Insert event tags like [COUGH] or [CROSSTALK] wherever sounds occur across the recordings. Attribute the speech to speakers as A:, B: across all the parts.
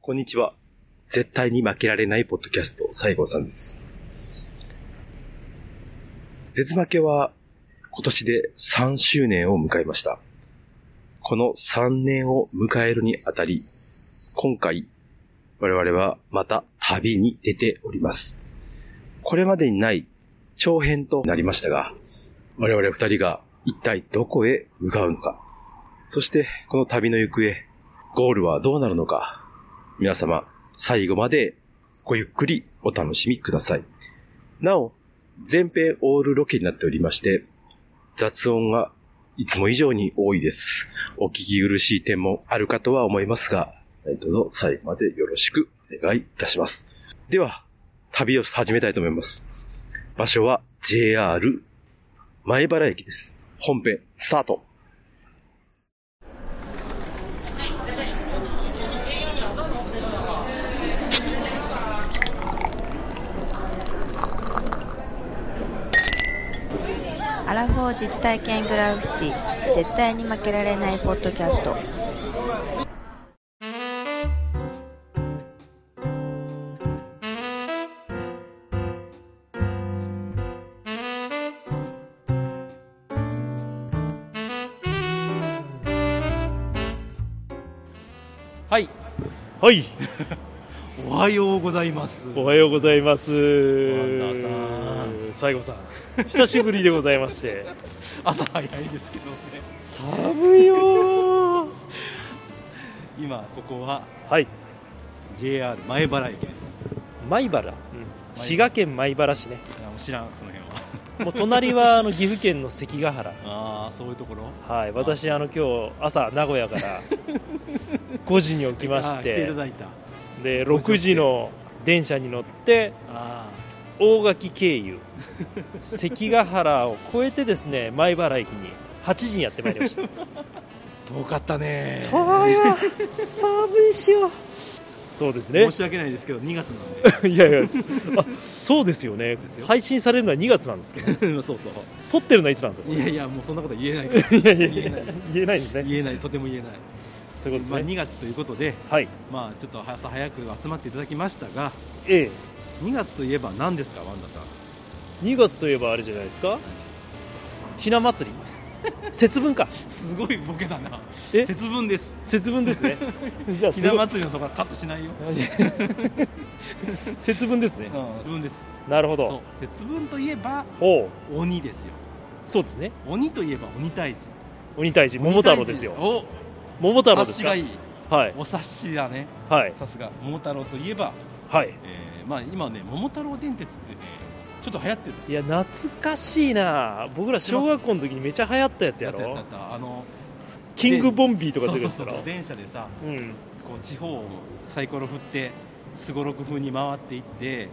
A: こんにちは。絶対に負けられないポッドキャスト、西郷さんです。絶負けは今年で3周年を迎えました。この3年を迎えるにあたり、今回、我々はまた旅に出ております。これまでにない長編となりましたが、我々二人が一体どこへ向かうのか、そしてこの旅の行方、ゴールはどうなるのか、皆様、最後までごゆっくりお楽しみください。なお、全編オールロケになっておりまして、雑音がいつも以上に多いです。お聞き苦しい点もあるかとは思いますが、どうぞ最後までよろしくお願いいたします。では、旅を始めたいと思います。場所は JR 前原駅です。本編、スタート。
B: アラフォー実体験グラフィティ絶対に負けられないポッドキャスト
C: はい、
D: はい、
C: おはようございます。
D: おはようございます。
C: ワンダー
D: 西郷さん、久しぶりでございまして。
C: [LAUGHS] 朝早いですけどね。
D: 寒いよー。
C: [LAUGHS] 今ここは
D: はい、
C: JR 前原駅です。
D: 米原、滋賀県米原市ね。
C: いやもう知らんその辺は。
D: もう隣はあの岐阜県の関ヶ原。
C: ああそういうところ。
D: はい、私あの今日朝名古屋から
C: [LAUGHS]
D: 5時に起きま
C: あ
D: し
C: ー来てい
D: て
C: た、だいた。
D: で6時の電車に乗って
C: あ
D: 大垣経
C: [LAUGHS]
D: 由関ヶ原を越えてですね米原駅に8時にやってまいりました。
C: あ遠かったね。
D: 遠いわ寒いしよそうですね
C: 申し訳ないですけど2月なん
D: いやいやつあそうですよね
C: ですよ
D: 配信されるのは2月なんですけど [LAUGHS]
C: で。そうそ
D: 撮ってるのはいつなんです
C: う。
D: か
C: いやいやもうそんなこと言えないから。
D: いやいや
C: 言えない
D: 言えないんですね
C: 言えないとても言えない。
D: そういうこと
C: まあ
D: ですね
C: 2月ということで
D: はい
C: まあちょっと朝早く集まっていただきましたが
D: A
C: 2月といえば何ですかワンダさん。
D: 2月といえばあれじゃないですかひな祭り節分か
C: すごいボケだな。
D: え
C: 節分です。
D: 節分ですねじゃあ
C: [LAUGHS] ひ
D: す
C: な
D: ごい
C: 祭りのところカットしないよ。
D: 節分ですね
C: [LAUGHS] うん、節分です。
D: なるほ
C: そ
D: ど
C: う、節分といえば
D: おう
C: 鬼ですよ。
D: そうですね
C: 鬼といえば鬼退治。
D: 鬼退治桃太郎ですよ
C: お、
D: 桃太郎
C: 察
D: です
C: し
D: か
C: が
D: はい
C: い
D: い
C: い。お察しだね。
D: はい
C: さすが桃太郎といえば、
D: はい
C: えーまあ今ね桃太郎電鉄ってね、ちょっと流行ってる。
D: いや懐かしいな僕ら小学校の時にめちゃ流行ったやつや
C: やったや
D: ろ
C: ったやったあの
D: キングボンビーとか
C: そう
D: 出る
C: そ
D: やつ
C: うそ
D: だ
C: う
D: ろ
C: そう電車でさ、
D: うん
C: こう地方をサイコロ振ってすごろく風に回っていって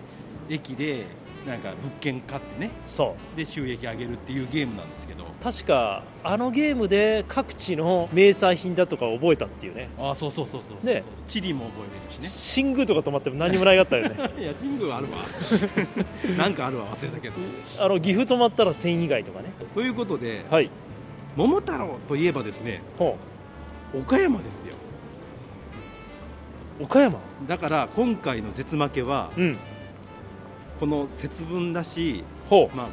C: 駅でなんか物件買ってね
D: そ
C: で収益上げるっていうゲームなんですけど。
D: う確かあのゲームで各地の名産品だとかを覚えたっていうね
C: あー、そうそうそうそうそうそう。
D: ね
C: 地理も覚えれるしね。
D: 新宮とか泊まっても何に [LAUGHS] もないかったよ
C: [LAUGHS]
D: ね
C: いや、神宮はあるわ。なんかあるわ、忘れたけど。
D: あの岐阜泊まったら千以外とかね
C: ということで、
D: はい
C: 桃太郎といえばですね、
D: ほ
C: 岡山ですよ。
D: う岡山
C: だから、今回の絶負けは、
D: うん
C: この節分だし、
D: ほ
C: まあ、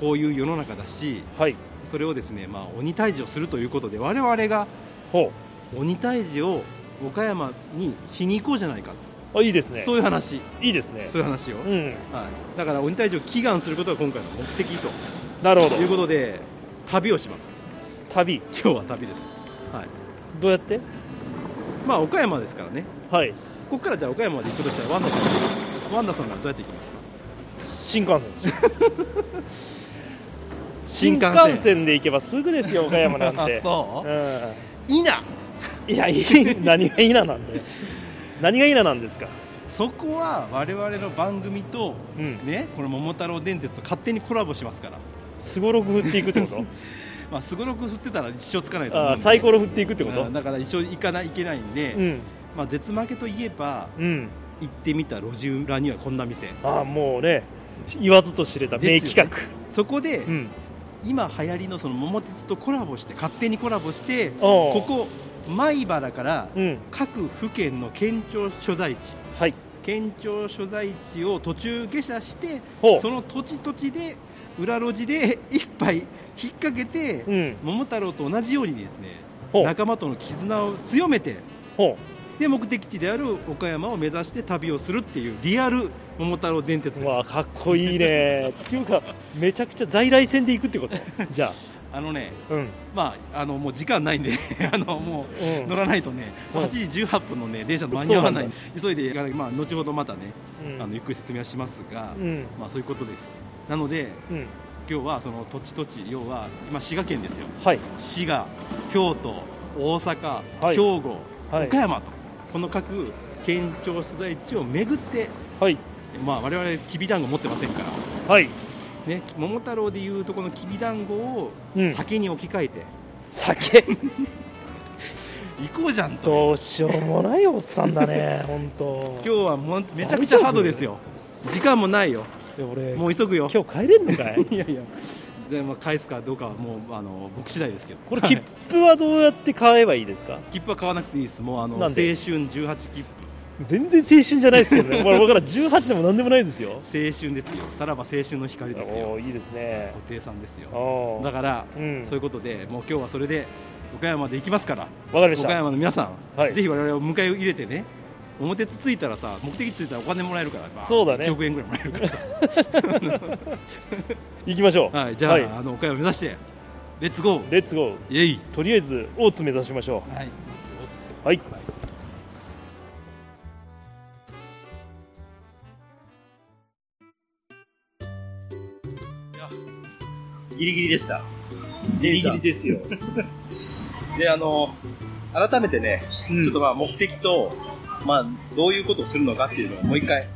C: こういう世の中だし、
D: うはい
C: それをですね、まあ、鬼退治をするということで、我々が
D: ほ
C: 鬼退治を岡山にしに行こうじゃないか、
D: うあいいですね
C: そういう話、
D: いいですね
C: そういう話を。
D: うん
C: はい、だから、鬼退治を祈願することが今回の目的と
D: なるほど
C: いうことで、旅をします。
D: 旅
C: 今日は旅です。はい。
D: どうやって
C: まあ、岡山ですからね。
D: はい
C: ここからじゃあ岡山まで行くとしたらワンダさんワンダさんならどうやって行きますか
D: 新幹線です
C: 新
D: 新
C: 幹線
D: 幹線で行けばすぐですよ岡山なん
C: [LAUGHS]
D: て
C: そうういいなん
D: いや
C: [LAUGHS]
D: いい何がいいななんで何がいいななんですか
C: そこは我々の番組と
D: うん
C: ねこの桃太郎電鉄と勝手にコラボしますから
D: すごろく振っていくってこ
C: まあすごろく振ってたら一生つかないと
D: と
C: 思
D: あ
C: [LAUGHS] う
D: あサイコ
C: ロっ
D: ロ振っていくってこと
C: だから一生行かないいけないんで、
D: うん
C: まあ絶負けといえば
D: うん
C: 行ってみた路地裏にはこんな店
D: ああもうね言わずと知れた名企画、
C: そこで、
D: うん
C: 今流行りのその桃鉄とコラボして勝手にコラボして
D: おう
C: ここ米原から
E: うん
C: 各府県の県庁所在地
E: はい
C: 県庁所在地を途中下車して
E: ほ
C: その土地土地で裏路地で [LAUGHS] 一杯引っ掛けて
E: ううん
C: 桃太郎と同じようにですね
E: ほう
C: 仲間との絆を強めて
E: ほ
C: で目的地である岡山を目指して旅をするっていうリアル桃太郎電鉄
E: う
C: です
E: わかっこいい
C: [LAUGHS]
E: ねっていうかめちゃくちゃ在来線で行くってことじゃ
C: あのね
E: あうん
C: まああのもう時間ないんで [LAUGHS] あのもう
E: うん
C: 乗らないとね、
E: うん
C: 8時18分のね電車間に合わない
E: そう
C: 急いで行かないまあ後ほどまたね、
E: うん
C: あのゆっくり説明はしますが、
E: うん
C: まあそういうことですなので
E: うん
C: 今日はその土地土地要は今滋賀県ですよ
E: はい
C: 滋賀京都大阪、
E: はい
C: 兵庫、
E: はい
C: 岡山とこの各県庁所在地を巡って
E: はい
C: まあ我々きびだんご持ってませんから
E: はい
C: ね桃太郎でいうとこのきびだんごを
E: うん
C: 酒に置き換えて、 [LAUGHS]
E: 酒
C: 行こうじゃんと
E: どうしようもないおっさんだ [LAUGHS] ね本当
C: 今日はもうめちゃくちゃハードですよ時間もないよ
E: で俺
C: もう急ぐよ
E: 今日帰れんのかい
C: いやいやで、まあ、返すかどうかはもうあの僕次第ですけど
E: [LAUGHS] これ
C: はい
E: 切符はどうやって買えばいいですか
C: 切符は買わなくていいですもうあの
E: な
C: 青
E: ん
C: 春
E: で
C: 18切符
E: 全然青春じゃないですけど [LAUGHS] ねこれ僕ら18でも何でもないですよ
C: 青春ですよさらば青春の光です
E: お
C: よ
E: おいいですね
C: 布袋さんですよ
E: お
C: だから、
E: うん
C: そういうことでもう今日はそれで岡山まで行きますから
E: わかりまし
C: 岡
E: た
C: 山の皆さん、
E: はい
C: ぜひ我々を迎え入れてね表つついたらさ目的ついたらお金もらえるから、まあ
E: そうだね
C: 1億円ぐらいもらえるからさ
E: 行きましょう
C: はいじゃあ,、あの岡山目指してレッツゴー
E: レッツゴー
C: イエイ
E: とりあえず大津目指しましょ
C: はい、
E: うはい
C: ギリギリでした
D: ギリギリです [LAUGHS] よ。
C: であの改めてね、
D: うん
C: ちょっとまあ目的と、まあ、どういうことをするのかっていうのをもう一回、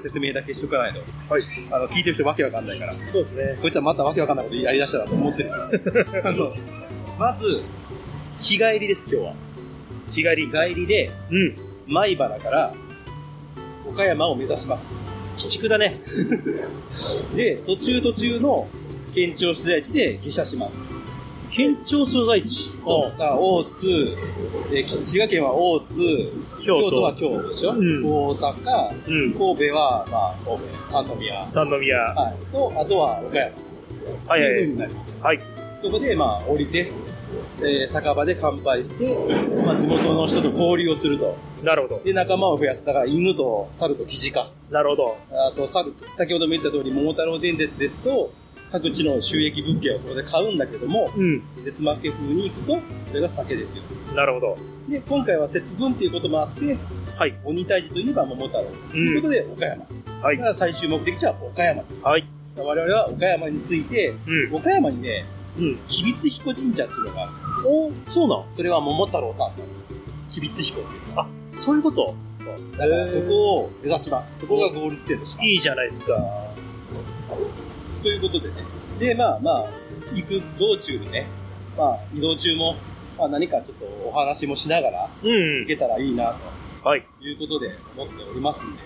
C: 説明だけしとかないと、
D: はい
C: あの聞いてる人わけわかんないから
D: そうですね。
C: こいつはまたわけわかんないことやりだしたなと思ってるか
D: [LAUGHS]
C: らあのまず日帰りです今日は
D: 日帰り。
C: 日帰りで
D: うん。
C: 米原から岡山を目指します
D: 鬼畜だね。
C: [LAUGHS] で途中途中の県庁所在地で下車します
D: 県庁所在地。
C: そう。だから、大津、えーき滋賀県は大津、
D: 京都
C: は京都でしょ、
D: ん
C: 大阪、
D: う。うん。
C: 神戸は、まあ、神戸、三宮、は、
D: 三宮。はい
C: と、あとは岡山。
D: いは
C: っていう風
D: い。
C: になります。
D: はい。
C: そこで、まあ、降りて、えー酒場で乾杯して、まあ、地元の人と交流をすると。
D: なるほど。
C: で、仲間を増やす。だから、犬と猿とキジか。
D: なるほど。
C: あと、猿、先ほども言った通り、桃太郎電鉄ですと、各地の収益物件をそこで買うんだけども、
D: うん。
C: 絶負け風に行くと、それが酒ですよ。
D: なるほど。
C: で、今回は節分っていうこともあって、
D: はい。
C: 鬼退治といえば桃太郎。ということで、岡山。
D: はい
C: だ。から最終目的地は岡山です。
D: はい。
C: 我々は岡山について、
D: うん。
C: 岡山にね、
D: うん。
C: 吉備津彦神社っていうのがある、
D: おそうなん。
C: それは桃太郎さんの吉備津彦。
D: あ、そういうこと。
C: そう。だからそこを目指します。そこがゴール地点とします。
D: いいじゃないですか。
C: ということでね。で、まあまあ、行く道中でね、まあ移動中も、まあ何かちょっとお話もしながら
D: うん
C: 行。けたらいいなと。
D: はい。
C: ということで思っておりますんで、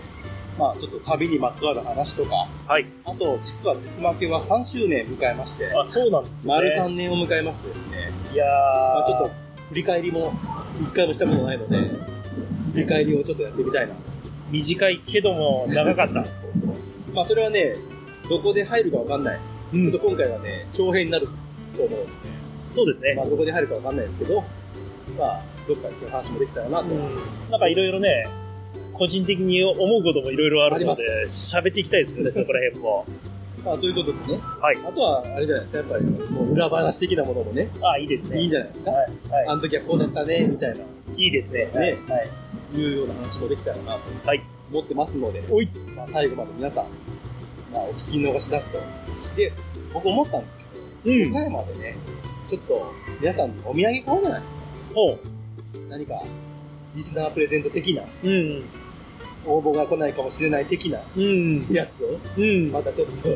C: まあちょっと旅にまつわる話とか、
D: はい。
C: あと実は絶負けは3周年迎えまして、
D: あ、そうなんですね。
C: 丸3年を迎えましてですね、
D: いやー。
C: まあちょっと振り返りも1回もしたことないので、振り返りをちょっとやってみたいな。
D: 短いけども、長か
C: [LAUGHS]
D: った。
C: まあそれはね、どこで入るかわかんない。
D: うん
C: ちょっと今回はね、長編になると思うので、
D: そうですね
C: ま。あどこで入るかわかんないですけど、まあどっかでそういう話もできたらなと。
D: うん。なんかいろいろね、個人的に思うこともいろいろあるので
C: あ、
D: 喋っていきたいで
C: [LAUGHS]
D: すよね、そこら辺も。
C: まあということでね、
D: はい。
C: あとはあれじゃないですか、やっぱりもう裏話的なものもね、
D: あ、いいですね。
C: いいじゃないですか。
D: はい。はい
C: あの時はこうだったね、みたいな、
D: いいですね。はい。
C: ね
D: はい。
C: いうような話もできたらなと
D: はい。
C: 思ってますので、
D: おい。
C: まあ、最後まで皆さん、まあ、お聞き逃しだと。で、僕思ったんですけ
D: う
C: ど、
D: ん。
C: 岡山でね、ちょっと皆さんにお土産買おうじゃない
D: おう。
C: 何か、リスナープレゼント的な、
D: うん。
C: 応募が来ないかもしれない的な
D: うん。
C: やつを、
D: うん。
C: またちょっと、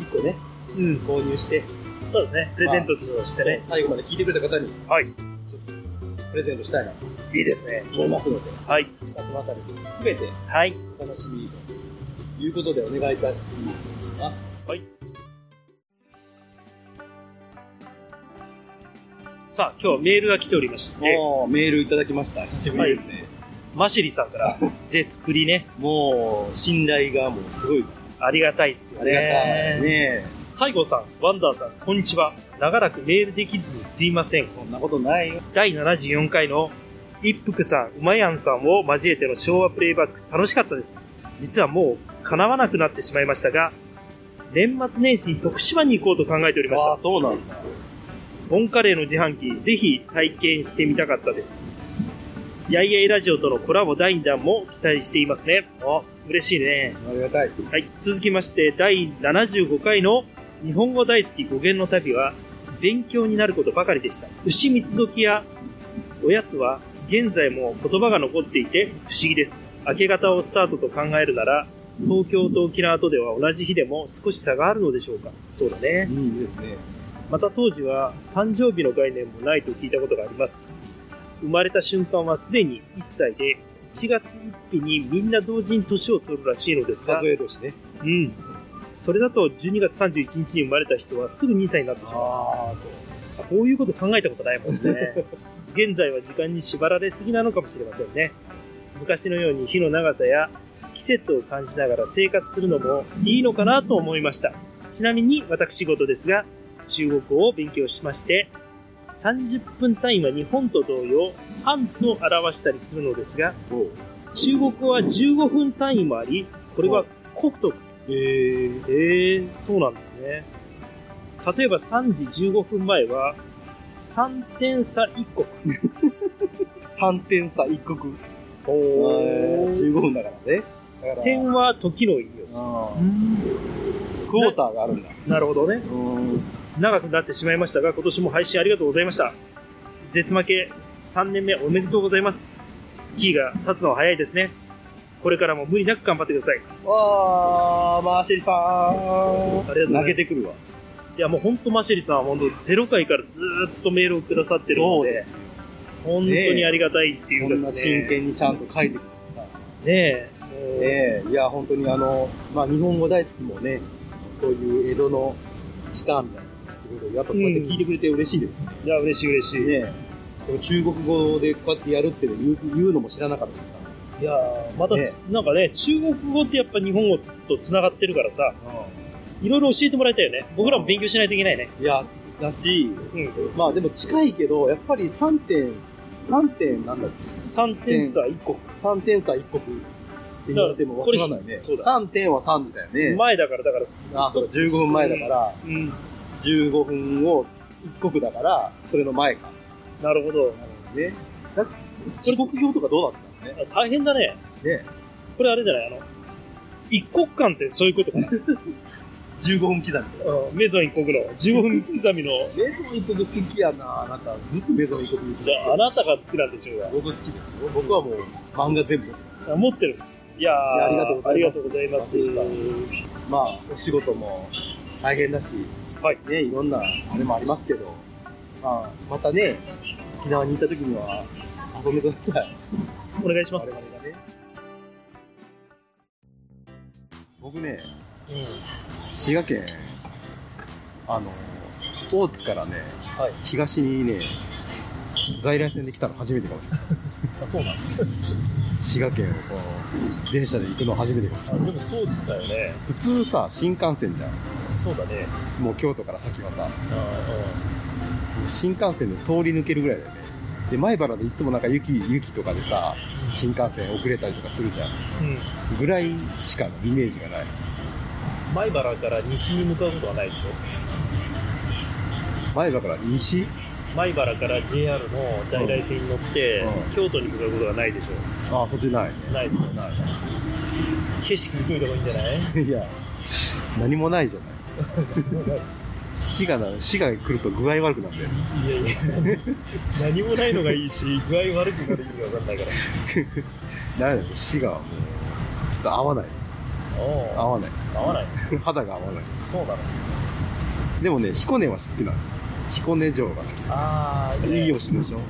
C: 一個ね、
D: うん。
C: 購入して、
D: そうですね。プレゼントとしてね
C: そう。最後まで聞いてくれた方に、
D: はい
C: ちょっと、プレゼントしたいなと
D: いいですね。
C: 思いますので、
D: はい。
C: まあ、そのあたりも含めて、
D: はい。
C: お楽しみということでお願いいたします。
D: はい。さあ、今日はメールが来ておりまして、
C: もうメールいただきました。久しぶりですね。
D: マシリさんから、ぜつくりね、
C: [LAUGHS] もう、信頼がもうすごい。
D: ありがたいっすよ
C: ありがた
D: ね。
C: い。ね
D: 西郷さん、ワンダーさん、こんにちは。長らくメールできずにすいません。
C: そんなことないよ。
D: 第74回の一服さん、うまやんさんを交えての昭和プレイバック楽しかったです。実はもう叶わなくなってしまいましたが、年末年始に徳島に行こうと考えておりました。
C: そうなんだ。
D: ボンカレーの自販機、ぜひ体験してみたかったです。やいやいラジオとのコラボ第2弾も期待していますね。あ、嬉しいね。
C: ありがたい。
D: はい、続きまして第75回の日本語大好き語源の旅は勉強になることばかりでした牛三つ時やおやつは現在も言葉が残っていて不思議です明け方をスタートと考えるなら東京と沖縄とでは同じ日でも少し差があるのでしょうかそうだね
C: うんですね。
D: また当時は誕生日の概念もないと聞いたことがあります生まれた瞬間はすでに1歳で1月1日にみんな同時に年を取るらしいのですが
C: 数え年ね。
D: うん。それだと12月31日に生まれた人はすぐ2歳になってしまう。
C: ああ、そう。
D: こういうこと考えたことないもんね。現在は時間に縛られすぎなのかもしれませんね。昔のように日の長さや季節を感じながら生活するのもいいのかなと思いました。ちなみに私事ですが、中国語を勉強しまして、30分単位は日本と同様、半と表したりするのですが、中国語は15分単位もあり、これは国徳です。
C: ええ。
D: ええそうなんですね。例えば3時15分前は、3点差1国。
C: 3点差一国。
D: 中
C: 15分だからね。だから、
D: 点は時の意味をする。
C: あークォーターがあるんだ。
D: なるほどね。
C: うん。
D: 長くなってしまいましたが、今年も配信ありがとうございました。絶負け3年目おめでとうございます。スキーが立つのは早いですね。これからも無理なく頑張ってください。
C: わあ、マーシェリさ
D: ありがとうござい
C: ん。
D: ます
C: 投げてくるわ。
D: いやもう本当マシェリさんは本当0回からずーっとメールをくださってるので、
C: す。
D: 本当にありがたいってい
C: こ
D: うか
C: ん
D: で
C: な
D: すね。
C: 真剣にちゃんと書いてくれてさ。
D: ねえ。もう
C: ねえ、いや、本当にあの、まあ、日本語大好きもね、そういう江戸の地下みたいな、いろいろ、やっぱこうやって聞いてくれて嬉しいですよね。
D: いや、嬉しい嬉しい。
C: ねえ、でも中国語でこうやってやるっていう言う言うのも知らなかったですか
D: い
C: ら。
D: やーまた、
C: ね
D: なんかね、中国語ってやっぱ日本語と繋がってるからさ、いろいろ教えてもらいたいよね。僕らも勉強しないといけないね。
C: いや、だし、
D: うん。
C: まあでも近いけど、やっぱり3点、3点なんだっけ
D: 3点差1個。
C: ?3 点差1国って言ってもわからないね。
D: そうだ
C: 3点は3時だよね。
D: 前だから、だからす、
C: あ、そう、15分前だから、
D: うん。
C: 15分を1国だから、それの前か。
D: なるほど。
C: なるほどね。だ時刻表とかどうだったのね。
D: あ大変だね。
C: ね
D: これあれじゃないあの、一国間ってそういうことか [LAUGHS] な。
C: 15分刻み。
D: うんメゾン一国の15分刻みの。
C: メゾン一国好きやなあなた。ずっとメゾン一国言って
D: じゃあ、あなたが好きなんでしょうが
C: 僕好きですよ。僕はもう漫画全部。。
D: あ持ってる。いや
C: い
D: ー
C: やありがとうございます
D: ありがとうございます。
C: まあ、お仕事も大変だし、
D: はい。
C: ね、いろんなあれもありますけど、まあ、またね、沖縄に行った時には遊んでください。
D: お願いしま
C: 我
D: す。
C: 々がね。僕ね、
D: うん
C: 滋賀県、あの、大津からね、
D: はい
C: 東にね、在来線で来たの初めてかもしれない。
D: あ、そうなん
C: 滋賀県をこう、電車で行くの初めてかもしれ
D: あ
C: ない。
D: でもそうだよね。
C: 普通さ、新幹線じゃん。
D: そうだね。
C: もう京都から先はさ、
D: あ
C: 新幹線で通り抜けるぐらいだよね。で、前原でいつもなんか雪、雪とかでさ、新幹線遅れたりとかするじゃん。
D: うん。
C: ぐらいしかイメージがない。
D: 米原から西に向かうことはないでしょ。
C: 前原から西
D: 米原から JR の在来線に乗って、
C: うん
D: 京都に向かうことはないでしょ。
C: ああ、そっちないね。
D: ないでしょ。景色見といた方がいいんじゃない
C: いや、何もないじゃない。死がな、死が来ると具合悪くなるんだよ。
D: いや
F: [LAUGHS]
D: いや、何もないのがいいし、具合悪くなる意味わかんないから。
C: ダメだよ、死がもう、ちょっと合わない。合
D: お
C: わない。
D: お、合わない。
C: 肌が合わない。
D: そうなの。
C: でもね、彦根は好きなんですよ。彦根城が好き。
D: ああ、
C: いい。お城でしょ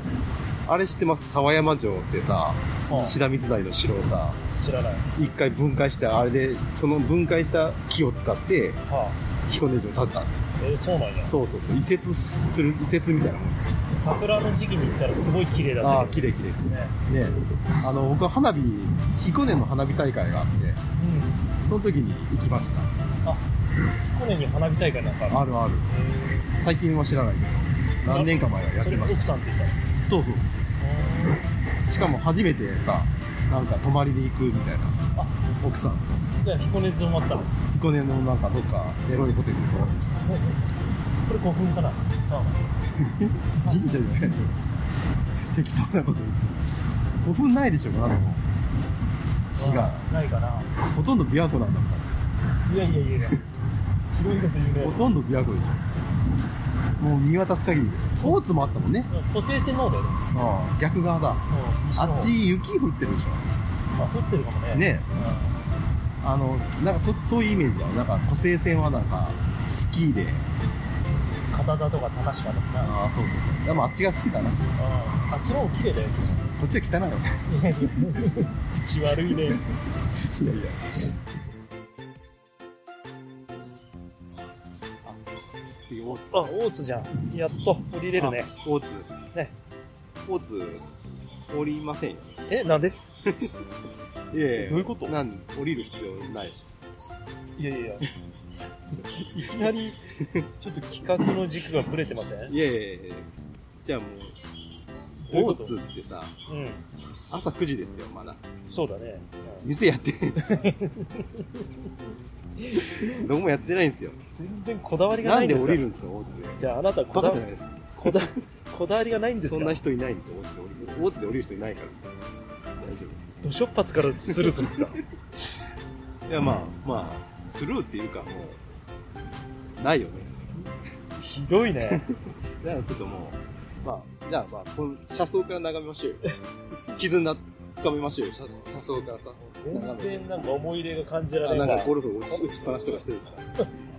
C: あれ知ってます沢山城ってさ、
D: うん
C: 志田水内の城をさ、
D: 知らない。
C: 一回分解して、あれで、その分解した木を使って、
D: は
F: 彦根城建ったんですよ。
D: えーそうなんや
F: そうそうそう。移設する、移設みたいなもんですよ。
D: 桜の時期に行ったらすごい綺麗だ
F: あ
D: っ
F: あ、
D: た
F: 綺麗綺麗。
D: けどね
F: ね、あの僕は花火彦根の花火大会があって
D: うん
F: その時に行きました
D: 彦根に花火大会なんかある
F: あるある
D: え
F: 最近は知らないけど何年か前は
D: ー
F: やっ
D: そ
F: て
D: れ
F: まし
D: 奥
F: た
D: さんって言った
F: そうそうしかも初めてさなんか泊まりに行くみたいな
D: あ
F: 奥さんと
D: じゃあ彦根で泊まったの
F: 彦根のなんかどっかエロいホテルに泊まりまし
D: これ古墳かな
F: た神社じゃない適当なこと言って5分ないでしょうなでも違う
D: ないかな
F: ほとんど琵琶湖なんだもん
D: いやいやいや広いこと言うね
F: ほとんど琵琶湖でしょもう見渡す限りで大津もあったもんね
D: 補正線の方だよね
F: ああ逆側だ
D: うん西の
F: あ
D: 方
F: っち雪降ってるでし
D: あ降ってるかも
F: ょ
D: ね
F: ねえあのなんかそそういうイメージだよなんか湖西線はなんかスキーで
D: うん片田とか高島とかな
F: ああそうそうそうでもあっちが好きだなこ
D: うんあっちの方綺麗だよ景色
F: っちは汚いよね
D: 口悪いね
F: いやいやあ次大津
D: あ大津じゃんやっと降りれるね
F: あ大津
D: ね
F: 大津降りませんよ
D: えなんで
F: ええ
D: どういうこと
F: なん降りる必要ないし
D: いやいやいやいきなりちょっと企画の軸がぶれてません
F: いやいやいやじゃあも
D: どういうこ
F: う大
D: と
F: 津ってさ
D: うん
F: 朝9時ですよまだ
D: そうだね、
F: 店やってない
D: [LAUGHS]
F: んですよ。どこもやってないんですよ。
D: 全然こだわりが
F: な
D: ない
F: ん
D: ん
F: で
D: です
F: 降
D: か
F: りるんですか、大津で。
D: じゃああなたこだ
F: バカ
D: わ
F: じゃないですか。
D: こだ [LAUGHS] こだわりがないんです
F: そ
D: か
F: んな人いないんですよ、大津で降りる。大津で降りる人いないから。大丈
D: どしょっぱつからするんですか
F: 夫。いや、まあ、まあ、スルーっていうか、もう、ないよね。
D: ひどいね
F: だからちょっともう、まあ、じゃあまあ、この車窓から眺めまし [LAUGHS] ょうよ。絆つかめましょうよ、車車窓からさ。
D: 全然なんか思い入れが感じら
F: あ
D: れ
F: な
D: なんい
F: かゴルフ打ち打ちっぱなしとかしてるんですか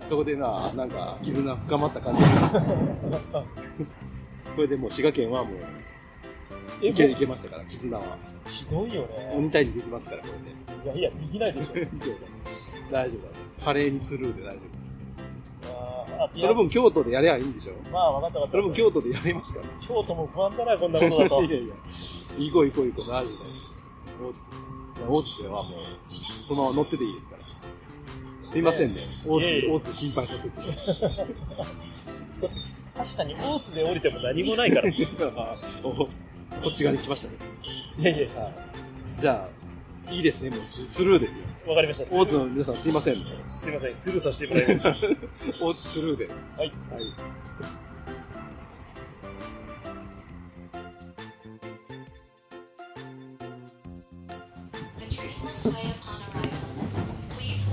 F: そこでな、なんか絆深まった感じこれでもう滋賀県はもう、
D: え
F: いけ
D: も
F: いけましたから、絆は。
D: うひどいよ
F: 鬼
D: ね
F: 退治できますから、こ
D: いやいやできないでしょ
F: れで。大丈夫だ。華麗にスルーで大丈夫。
D: あーあい
F: そ
D: や
F: の分京都でやりゃいいんでしょ
D: まあ分かった分かった
F: それも京都でやりますから。
D: 京都も不安だなこんなことだと
F: いやいや、行こう行こう行こう、大丈夫だよ。大津。いや大津ではもう、このまま乗ってていいですから。すいませんね。大
D: いえい
F: 津、
D: え
F: 大津心配させて。
D: 確かに大津で降りても何も
F: [LAUGHS]
D: ないからい
F: おこっち側に来ましたね。
D: やいや
F: じゃあ、いいですね、もうススルーですよ。
D: 分かりましたす
F: 大津の皆さんすいません。
D: すいませんすぐさせてもらいます
F: 大津スルーで。
D: はい、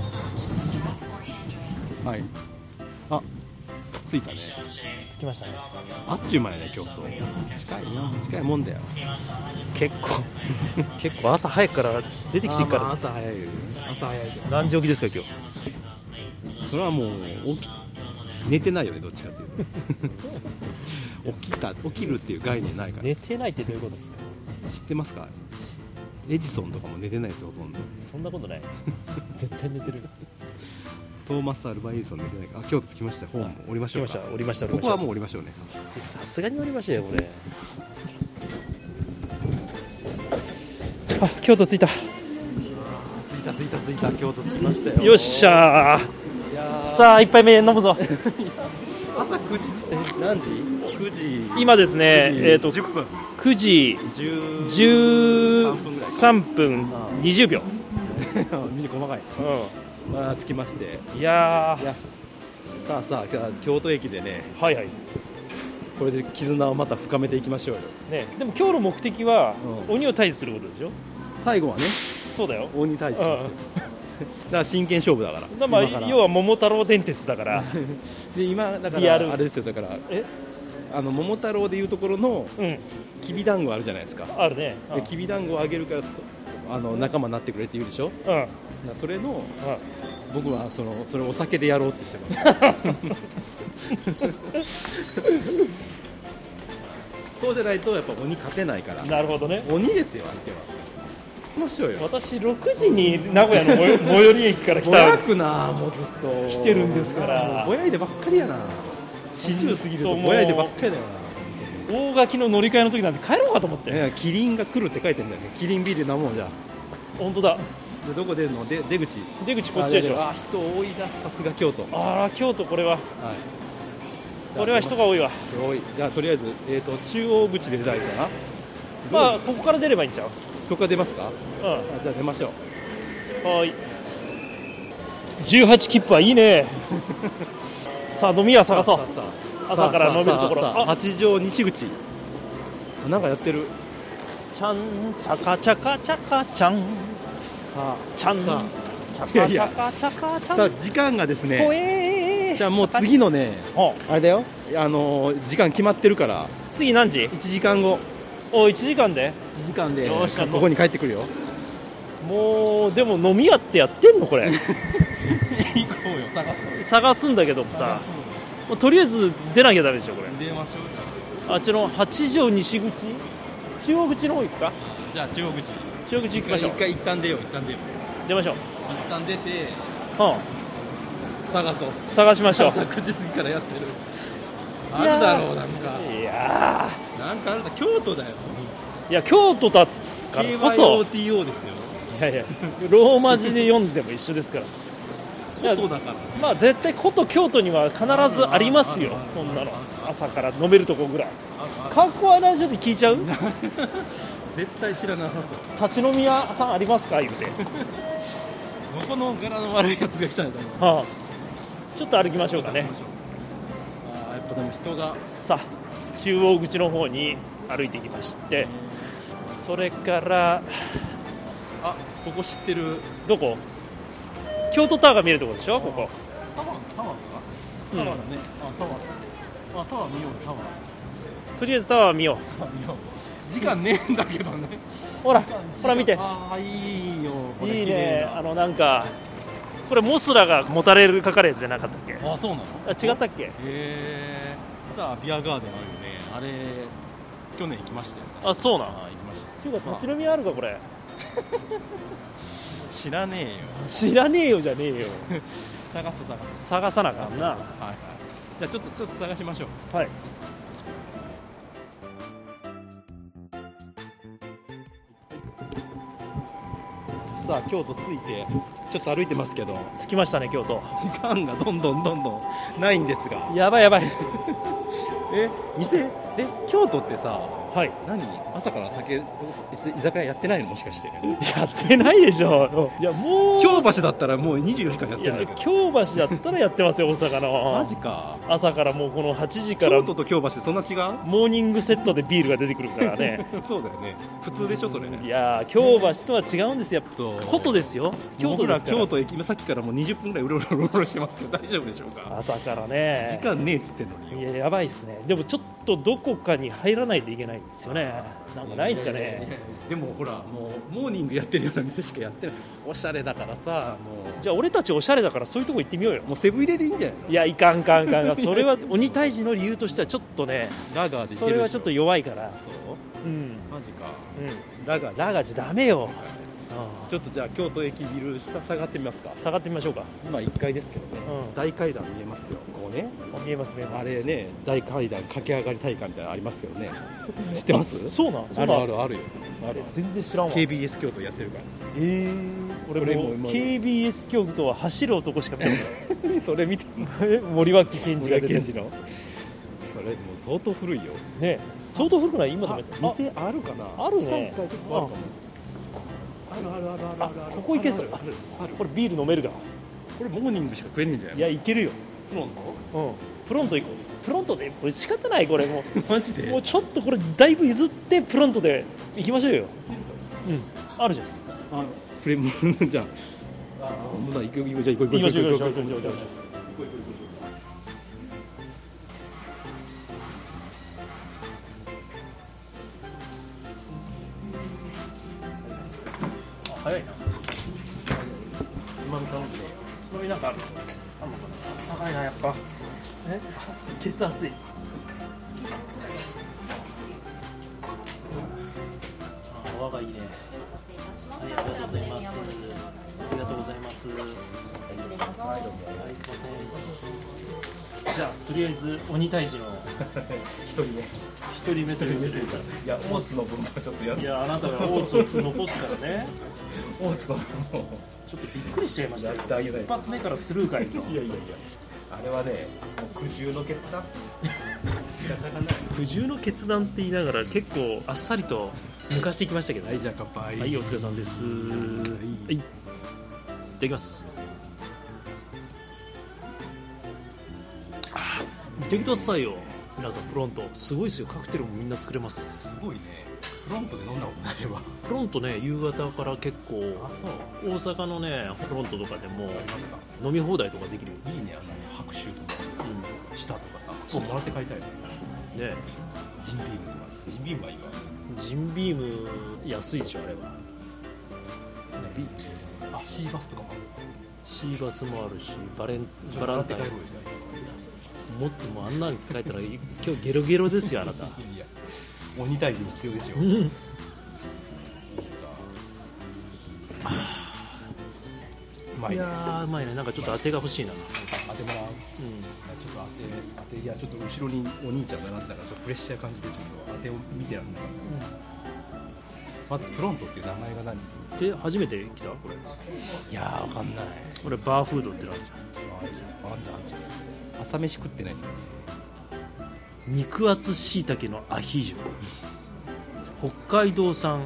F: はい。はい。あ、着いたね。
D: 着きましたね
F: あっちゅう前ね、京都。近いな、近いもんだよ。
D: 結構結構朝早くから出てきてから、
F: 朝早いよね。朝早いけ
D: 何時起きですか今日
F: ど。それはもう、起き、寝てないよね、どっちかっていう
D: [LAUGHS]
F: と。起きた、起きるっていう概念ないから。
D: 寝てないってどういうことですか
F: 知ってますかエジソンとかも寝てないですよ、ほとんど。
D: そんなことない
F: [LAUGHS]
D: 絶対寝てる
F: トーマス・アルバインソン寝てないから。あ、京都着きました。ホーム降りましょう
D: 着き
F: か
D: まし。た降りました降り
F: こ
D: まし
F: こ
D: た
F: はもう降りましょうね、さすがに
D: さすがに降りましたよこれあ京都着いた
F: 着いた着いた着いた京都着きましたよ
D: よっしゃ
F: いやー
D: ーさあ一杯目飲むぞ
F: 朝9時え何時 ?9 時
D: 今ですねえっ、と
F: 10分
D: 9時
F: 13分ぐらい
D: 13分20秒、
F: 見て細かいまあ着きまして
D: うん、いやー
F: いやさあさあさあ京都駅でね
D: はいはい
F: これで絆をまた深めていきましょうよ
D: ね、でも今日の目的は、
F: うん
D: 鬼を退治することですよ
F: 最後はね
D: そうだよ
F: 鬼退治 [LAUGHS] ですよ
D: うん
F: だから真剣勝負だから
D: だまあ
F: 今から
D: 要は桃太郎電鉄だから
F: [LAUGHS] で今だか
D: リア
F: ら
D: ル
F: あれですよだから
D: え
F: あの桃太郎でいうところの
D: うん
F: きびだんごあるじゃないですか
D: あるね
F: できびだんごをあげるからあの仲間になってくれって言うでしょ
D: うんうんうん
F: だからそれの僕はそのそれをお酒でやろうってしてます
D: [LAUGHS]
F: そうじゃないとやっぱ鬼勝てないから
D: なるほどね
F: 鬼ですよ相手は
C: きましょうよ
D: 私6時に名古屋の最寄最寄り駅から来
C: ぼや
D: た
C: くなもうずっと
D: 来てるんですから
C: もうぼやいでばっかりやな40過ぎるとぼやいでばっかりだよ
D: 大垣の乗り換えの時なんて帰ろうかと思って、
C: な、ね、キリンが来るって書いてんだよねキリンビールなもんじゃ
D: 本当だ
C: でどこ出るので出口
D: 出口こっちでしょ
C: あ人多いなさすが京都
D: あら京都これは
C: はい
D: これは人が多いわ
C: 多いじゃあとりあえず、えー、と中央口で出たいかな
D: まあここから出ればいいんちゃう
C: そこから出ますか
D: う
C: あじゃあ出ましょうん
D: はい18切符はいいね [LAUGHS] さあ飲み屋探そう
C: さあ
D: 朝から飲めるところ
C: さあさあ
D: あ
C: 八条西口あなんかやってる
D: ちゃんちゃかちゃかちゃかちゃん
C: さ
D: ちゃん
C: さ
D: ちゃか
C: いやい
D: ちゃ
C: や
D: かちゃかち
C: あ
D: ゃ
C: さあ
D: ん
C: 時間がです
D: 怖
C: ね
D: えー
C: じゃあもう次のね
D: うん
C: あれだよあのー時間決まってるから
D: 次何時
C: 1時間後
D: お1時間で
C: 1時間で
D: よっしゃ
C: ここに帰ってくるよ
D: もうでも飲み屋ってやってんのこれ
C: 行こうよ探す
D: 探すんだけどもさもうとりあえず出なきゃダメでしょこれ
C: 出ましょう
D: あっちの八条西口中央口の方行くか
C: じゃあ中央口
D: 中央口行きましょう
C: 回一旦出よう一旦出よう
D: 出ましょう、
C: 一旦出て
D: う、
C: 探そうん
D: 探しましょう
C: 朝9時過ぎからやってるあるだろうなんか
D: いや
C: なんかあるんだ京都だよ
D: ーいや京都だからこそ
C: KYOTO ですよ
D: いやいやローマ字で読んでも一緒です
C: [LAUGHS]
D: から
C: 古都だから
D: まあ絶対古都京都には必ずありますよこんなの朝から飲めるとこぐらい観光ラジオで聞いちゃう
C: [LAUGHS] 絶対知らなさそ
D: 立ち飲み屋さんありますか言うて、
C: うどこの柄の悪いやつが来たんだと思う
D: はあ、ちょっと歩きましょうかね
C: あーやっぱでも人が
D: さあ中央口の方に歩いてきましてそれから
C: あここ知ってる
D: どこ京都タワーが見えるところでしょここ
C: タワータワーかタ
D: うん
C: ワーだね、あタワーあタワー見ようタワ
D: とりあえずタワー見よ
C: ー見よう時間ねえんだけどね
D: うほらほら見て
C: ああいいよこれ
D: いい
C: 綺麗
D: ね
C: な
D: あのなんかこれモスラがもたれるかかるやつじゃなかったっけ
C: あそうなの
D: あ違ったっけ
C: えー、さあビアガーデンあるよねあれ去年行きましたよね
D: あそうなん
C: あ行きました
D: ていうか立ち飲み屋あるかこれ
C: 知らねえよ
D: [LAUGHS] 知らねえよじゃねえよ
C: 探す探す
D: 探さなあかんな
C: はいはいじゃあちょっとちょっと探しましょう
D: はい
C: さあ京都着いてちょっと歩いてますけど
D: 着きましたね京都
C: 時間がどんどんどんどんないんですが
D: やばいやばい
C: え店え京都ってさ
D: はい
C: 何朝から酒居酒屋やってないのもしかして
D: やってないでしょいやもう
C: 京橋だったらもう24時間やっ
D: い
C: て
D: や
C: ないけど
D: 京橋だったらやってますよ大阪
C: マ
D: の
C: ジか
D: 朝からもうこの8時から
C: 京
D: モ
C: 都と京橋ってそんな違う
D: ーニングセットでビールが出てくるから [LAUGHS] ね
C: [LAUGHS] そうだよね普通でしょそれ
D: いやー京橋とは違うんですよ
C: と
D: 古都ですよ京都ですから
C: 僕ら京都駅今さっきからもう20分ぐらいうろうろうろうろしてますけど [LAUGHS] 大丈夫でしょうか
D: 朝から
C: 時
D: ね
C: 間ねえっつってんの
D: い
C: に
D: ややばいっすねでもちょっとどこかに入らないといけないんですよねなんかないですか
C: ややや
D: ね
C: でもほらもうモーニングやってるような店しかやってないおしゃれだからさもう
D: じゃあ俺たちおしゃれだからそういうとこ行ってみようよ
C: もうセブン入れでいいんじゃない
D: いやいかんかんかんかんそれは鬼退治の理由としてはちょっとね
C: ラガーでいけるでしょ
D: それはちょっと弱いから
C: そう
D: うんうん
C: マジか
D: ラガーラガーじゃダメよ
C: ちょっとじゃあ京都駅ビル下下がってみますか
D: うん下がってみましょうか
C: 今1階ですけどね、
D: うん
C: 大階段見えますよこうね
D: 見えます見えます
C: あれね大階段駆け上がり大会みたいなのありますけど [LAUGHS] ね知ってます
D: そうなんそ
C: あ
D: う
C: る
D: なん
C: あるあるよある
D: 全然知らんわ
C: KBS 京都やってるから
D: え
C: こ
D: 俺
C: れ
D: も
C: も今
D: KBS 京都は走る男しか見たこ
C: それ見ても
D: とないえ森脇健児が
C: 森
D: 出
C: 脇
D: て
C: 健
D: る
C: 児のそれもう相当古いよ
D: ね相当古くない今でもやってるあ
C: 店あるかな
D: あるね
C: 近い近いあるかもあるあるあるあるある
D: あここ行けそ
C: あ
D: れ
C: るあるある
D: これビール飲めるか
C: これモーニングしか食えねえんじゃない
D: いやいけるよ
C: プロの
D: うんプロント行こうプロントでこれ仕方ないこれもう
C: マジ
D: もう
C: で
D: ちょっとこれだいぶ譲ってプロントで行きましょうようんあるじゃん
C: あプレモンじゃんあもうだ行く行くじゃあ行こう
D: 行きましょう行
C: 行
D: きま
C: こう
D: しょう行きましょう行きましょうあ早いなつまみ頼んでつまみなんかあるあんのかな高いなやっぱえ熱い血熱いあ泡がいいねあいやはい、すいません。じゃあ、とりあえず、鬼退治の
E: [LAUGHS] 一人ね
D: 一人目というこ
E: いや大津の分はちょっとや
D: とで。い
E: る
D: や、あなたが大津を残すからね、
E: 大津の分も
D: ちょっとびっくりしちゃいました
E: やってあげ
D: よ。
E: ない
D: 一発目からスルーかいと。
E: いやいやいやあれはねもう苦渋の決
D: [LAUGHS]
E: 断
D: 苦渋の決断って言いながら、結構あっさりと抜かしていきましたけど
A: はい、じゃあ乾杯。
D: はい、お疲れ様です。はい、いただきます。あ見てくださいよ、皆さん、フロント、すごいですよ、カクテルもみんな作れます。
A: すごいね。フロントで飲んだことないわ。
D: フロントね、夕方から結構、
A: そう。
D: 大阪のね、フロントとかでも、
A: ありますか。
D: 飲み放題とかできるよ、
A: いいね、あの拍手とか、
D: う
A: 舌とかさ。そう、もらって帰りたいよね。
D: ん、ね、
A: ジンビームとか。ジンビームはいいわ。
D: ジンビーム、安いでしょ、あれは。ね、
A: あ、シーバスとかもある。
D: シーバスもあるし、バレン
A: ちょっと
D: バランタイン
A: 笑って帰ろう
D: も
A: よじゃ
D: もっともうあんなの書いたら今日ゲロゲロですよあ
A: [LAUGHS]
D: なた
A: あいやいや、鬼退治に必要でしょ。
D: う
A: いい
D: ん
A: ですかうまい
D: い
A: ね
D: や。ーうまいねなんかちょっと当てが欲しいな
A: 当てもらう。
D: う
A: ちょっと当て、当て、いや、ちょっと後ろにお兄ちゃんがなってたから、ちょっとプレッシャー感じて、ちょっと当てを見てらんなかった。まず、プロントっていう名前が何い
D: んで初めて来たこれ
A: やー、わかんない。
D: これバーフードってのあるじゃ
A: あんじゃん、あんじゃん、あんじゃん。朝飯食ってないんだよね。
D: ん肉厚しいたけのアヒージョ北海道産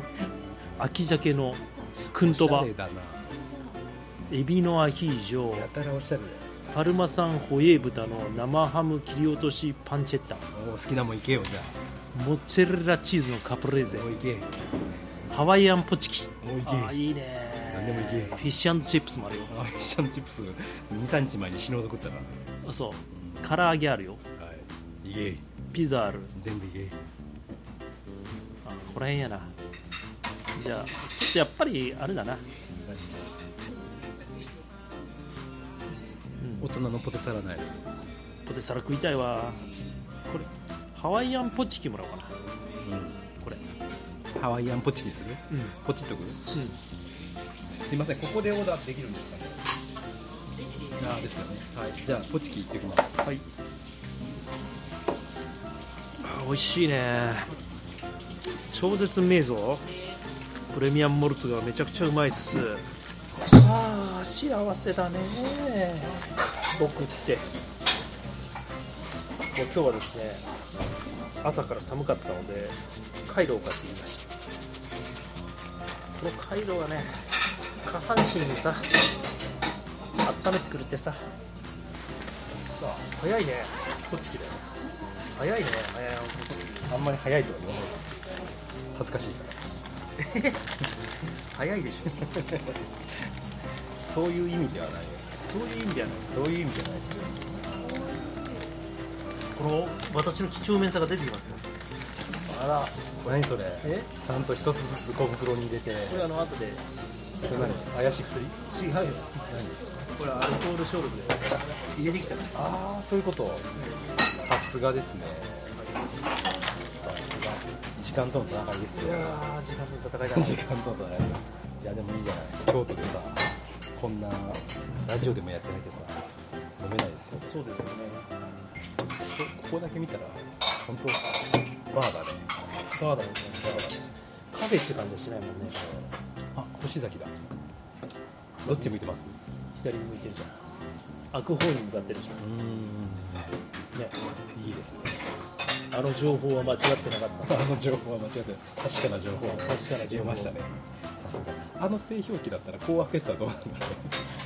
D: 秋鮭のくんとば
A: おしゃれだな。
D: エビのアヒージョ
A: やたらおしゃれだよ。
D: パルマ産ホエー豚の生ハム切り落としパンチェッタ
A: お好きなもん行けよ、じゃあ。
D: モッツェレラチーズのカプレーゼ
A: もう行け。
D: ハワイアンポチキ
A: もう
D: あ
A: 行
D: あ
A: け。
D: いいね
A: 何でもいけ
D: フィッシュチップスもあるよ
A: あ、一緒のチップス、2、3日前に死ぬほど食ったか
D: あそう唐揚げあるよ
A: ら。はい。いけ。
D: ピザある
A: 全部いけ。
D: あここら辺やなじゃあちょっとやっぱりあれだなう
A: 大人のポテサラない
D: んポテサラ食いたいわこれハワイアンポチキもらおうかなこれ
A: ハワイアンポチにする
D: うんうん
A: ポチっとくすいません、ここでオーダーできるんですかね。ああ、ですよね。はい、じゃあ、ポチキいってきます。はい。
D: あ美味しいね超絶うめえぞプレミアムモルツがめちゃくちゃうまいっすああ幸せだね僕ってもう今日はですね朝から寒かったのでカイロを買ってきましたこのカイロがね下半身にさ温めてくれてささあ早いねこっち来だよ早いね
A: あんまり早いとは言わない。恥ずかしいから。
D: [LAUGHS] 早いで [LAUGHS] しょ
A: そういう意味ではないよ。
D: そういう意味ではないです
A: そういう意味じゃない。
D: この私の几帳面さが出てきますね
A: あら、何それ。
D: え
A: ちゃんと一つずつ小袋に入れて。
D: これあの後で
A: それ何怪しい薬
D: 違うよこれアルコール消毒で入れてきたから
A: ああ、そういうこと。さすがですね。さすが。時間との戦いですよ。
D: あ時間との戦いだ
A: 時間とだねいやでもいいじゃない京都でさこんなラジオでもやってなきゃさ飲めないですよ
D: そうですよね
A: こここだけ見たら本当バーだね
D: バーだもんねカフェって感じはしないもんね
A: あ星崎だどっち向いてます
D: 左に向いてるじゃん開く方に向かってるじ
A: うーん
D: ゃんね
A: いいですね
D: あの情報は間違ってなかっ
A: あの情報は間違ってない確かな情報を
D: 確かな情報
A: 入れましたねさすがあの製氷機だったらこう開けてたらどうなんだろ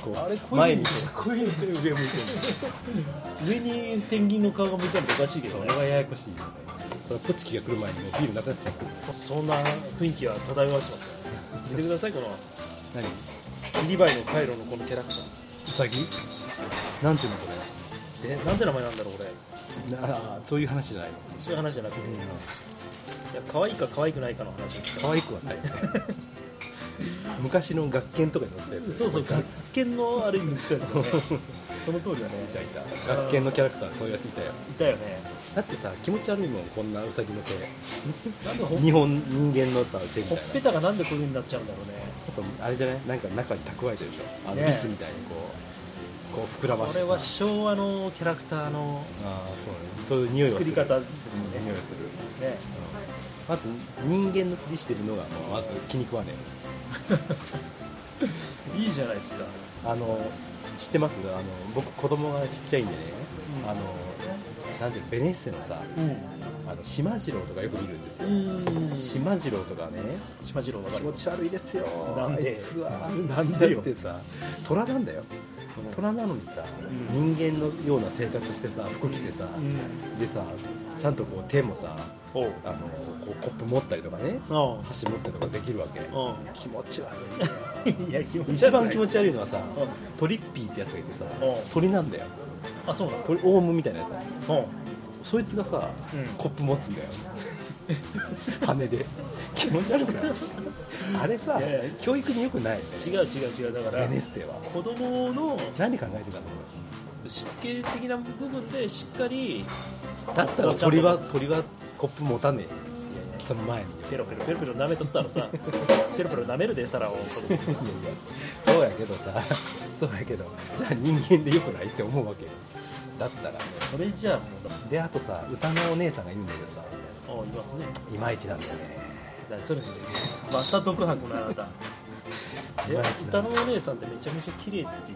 A: うこうあれ前
D: 前に
A: にこういう上向いてる
D: た上にペンギンの顔が向いたらおかしいけど
A: それ
D: ね
A: はややこしいよねそれポチキが来る前にねビールなくなっちゃうから
D: そんな雰囲気は漂わしますね見てくださいこの
A: 何
D: リリバイのカイロのこのキャラクター
A: ウサギなんていうのこ
D: えなんて名前なんだろうこれ
A: れああそういう話じゃないの
D: そういう話じゃなくて、いや可愛いか可愛くないかの話
A: 可愛くはない昔の学研とかに載ったやつ
D: そうそう学研のあれに言ったやつよね
A: その通りだねいたいた学研のキャラクターそういうやついたよ
D: いたよね
A: だってさ気持ち悪いもんこんなウサギの手日本人間のさ手みたい
D: ほっ
A: な
D: ぺたがなんでこういう風になっちゃうんだろうね
A: あとあれじゃないなんか中に蓄えてるでしょあの
D: ね
A: ビスみたいにこうこう膨らま
D: こ
A: して
D: れ
A: さ
D: は昭和のキャラクターの
A: ああそうねそういう匂いは
D: 作
A: する
D: り方ですよ
A: うん匂い
D: ね
A: はする
D: ね
A: まず人間のふりしてるのがもうまず気に食わねえ
D: [LAUGHS] いいじゃないですか
A: あの知ってますあの僕子供がちっちゃいんでね、あのなんていうのベネッセのさあの島次郎とかよく見るんですよ、
D: うん
A: 島次郎とかね
D: 島次郎わか
A: 気持
D: る
A: ち悪いですよ
D: なんで
A: あいつは
D: なんでよ
A: だってさ虎なんだよ虎なのにさ、人間のような生活してさ服着てさ、でさちゃんとこう手もさ
D: おう
A: あのこうコップ持ったりとかね
D: おう
A: 箸持ったりとかできるわけ
D: おう
A: 気持ち悪 [LAUGHS]
D: いや気持
A: い
D: ち
A: 一
D: 悪
A: 番
D: い
A: 気持ち悪いのはさ
D: うん
A: トリッピーってやつがいてさ
D: うん
A: 鳥なんだよ
D: あそうなんだ
A: 鳥オウムみたいなや
D: おう
A: つそいつがさ
D: うん
A: コップ持つんだよ羽で気持ち悪くないあれさ
D: いやいや
A: 教育によくない
D: 違う違う違うだか
A: ベ
D: ら
A: ネッセは
D: 子供の
A: 何考えてたのこ
D: しつけ的な部分でしっかり
A: れだったら鳥は鳥はコップ持たねえよその前に
D: ペロペロペロペロ舐めとったら [LAUGHS] さペロペロ舐めるで皿を子供
A: いやいやそうやけどさそうやけどじゃあ人間でよくないって思うわけよだったらね
D: それじゃあもうだ
A: であとさ歌のお姉さんがいるんだけどさ
D: おういますね
A: いまいちなんだよね
D: 何それマサ独白のあなたえ
A: いまいちだ
D: 歌の
A: ね
D: お姉さんってめちゃめちゃ綺麗って言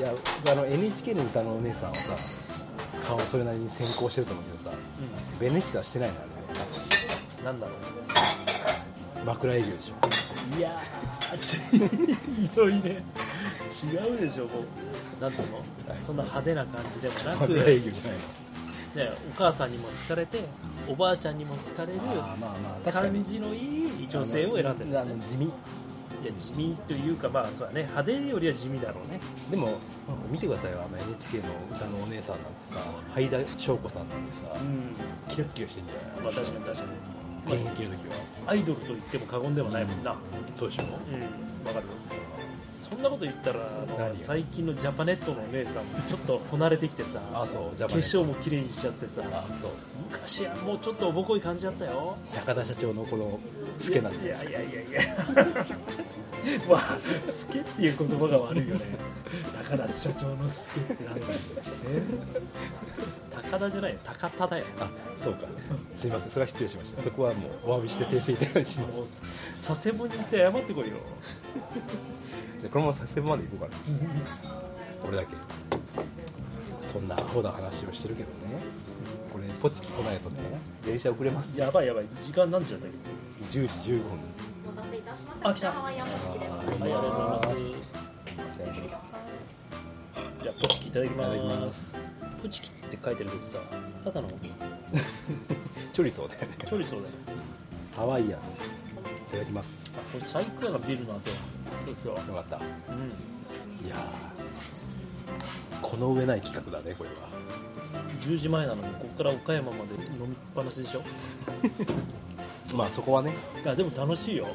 A: いやいやあの NHK の歌のお姉さんはさ顔それなりに先行してると思うけどさベネッセはしてないのあ
D: うん、なんだろ
A: れね枕営業でし
D: ういやーひどいね違うでしょもうなんていうの
A: はい
D: そんな派手な感じでもな
A: ょ
D: く、
A: 枕営業じゃないの
D: ね、お母さんにも好かれておばあちゃんにも好かれる
A: ああまあまあ確か
D: 感
A: に
D: じのいい女性を選んでるんだ
A: あ
D: ね
A: の地味
D: いや地味というかまあそうだね派手よりは地味だろうね
A: でも見てくださいよあの NHK の歌のお姉さんなんてさ灰田祥子さんなんてさ、
D: ん
A: キラッキラしてんじゃない
D: まあ確かに確かに
A: 現役の時は
D: アイドルと言っても過言ではないもんな
A: そうでしょ
D: うんわかるそんなこと言ったらあの
A: 何よ
D: 最近のジャパネットのお姉さんもちょっとこなれてきてさ
A: あそうジャ
D: 化
A: パネット
D: 粧も綺麗にしちゃってさ
A: あそう
D: 昔はもうちょっとおぼこい感じだったよ
A: 高田社長のこの助けなんじゃない
D: い
A: ですか
D: やいやいやいやまあ「スケ」っていう言葉が悪いよね高田社長の「スケ」ってなんだよね高田じゃないよ高田だよ
A: あそうかすいませんそれは失礼しましたそこはもうお詫びして訂正いたしま
D: もう
A: す
D: 佐世保に行って謝ってこいよ
A: でこのまま佐世保まで行こうかな俺だけそんなアホな話をしてるけどねこれポチキ来ないとね電車遅れますよ
D: やばいやばい時間何時だったっけ
A: 10時15分です
D: あ来たは
G: 山
D: い
G: 山式でございます
D: ありがとうございますじゃあポチキいただきま
A: いただき
D: す
A: ます
D: ポチキっつって書いてるけどさただの
A: チョリソーだよね
D: 調理そうだよ
A: ハワイアンですいただきます
D: これ最高やなビールの後そう
A: よかった
D: そううん
A: いやーこの上ない企画だねこれは
D: 10時前なのにここから岡山まで飲みっぱなしでしょ
A: まあそこはね
D: あでも楽しいよ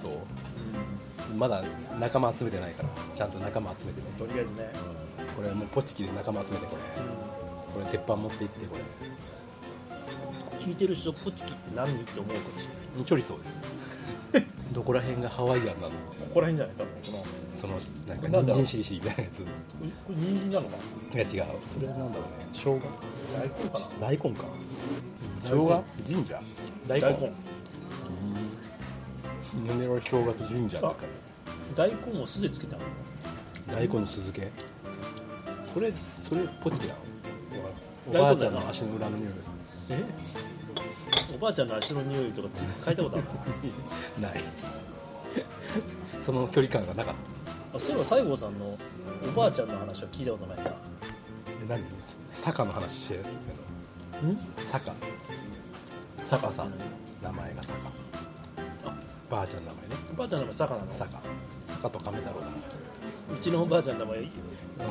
A: そうまだ仲間集めてないからちゃんと仲間集めてね、
D: とりあえずね、
A: うん、これもうポチキで仲間集めてこれこれ鉄板持って行ってこ
D: 聞いてる人ポチキって何って思うかもしれない
A: れチョリソーです [LAUGHS] どこら辺がハワイアンなの
D: ここら辺じゃないかこのこ
A: そのなんか
D: なん
A: 人
D: だろう
A: 参しりしりみたいなやつ
D: れ人参なのか
A: いや違うそれはなんだろうね生姜
D: 大根かな
A: 大根か生姜神社大
D: 大
A: 根
D: 根
A: 胸の生姜と神社だか
D: 大根を酢でつけたの
A: ら大根の酢漬けこれそれポチキなのお
D: 大根だな
A: ばあちゃんの足の裏の匂いです
D: えおばあちゃんの足の匂いとかつい嗅いたことある
A: ないその距離感がなかっ
D: あそういえば西郷さんのおばあちゃんの話は聞いたことないな
A: たえ何坂の話してるって
D: ん
A: 坂坂さん名前が坂ばあちゃんの名前ね
D: おばあちゃんの名前坂なの
A: 坂坂と亀太郎だか
D: うちのおばあちゃんの名前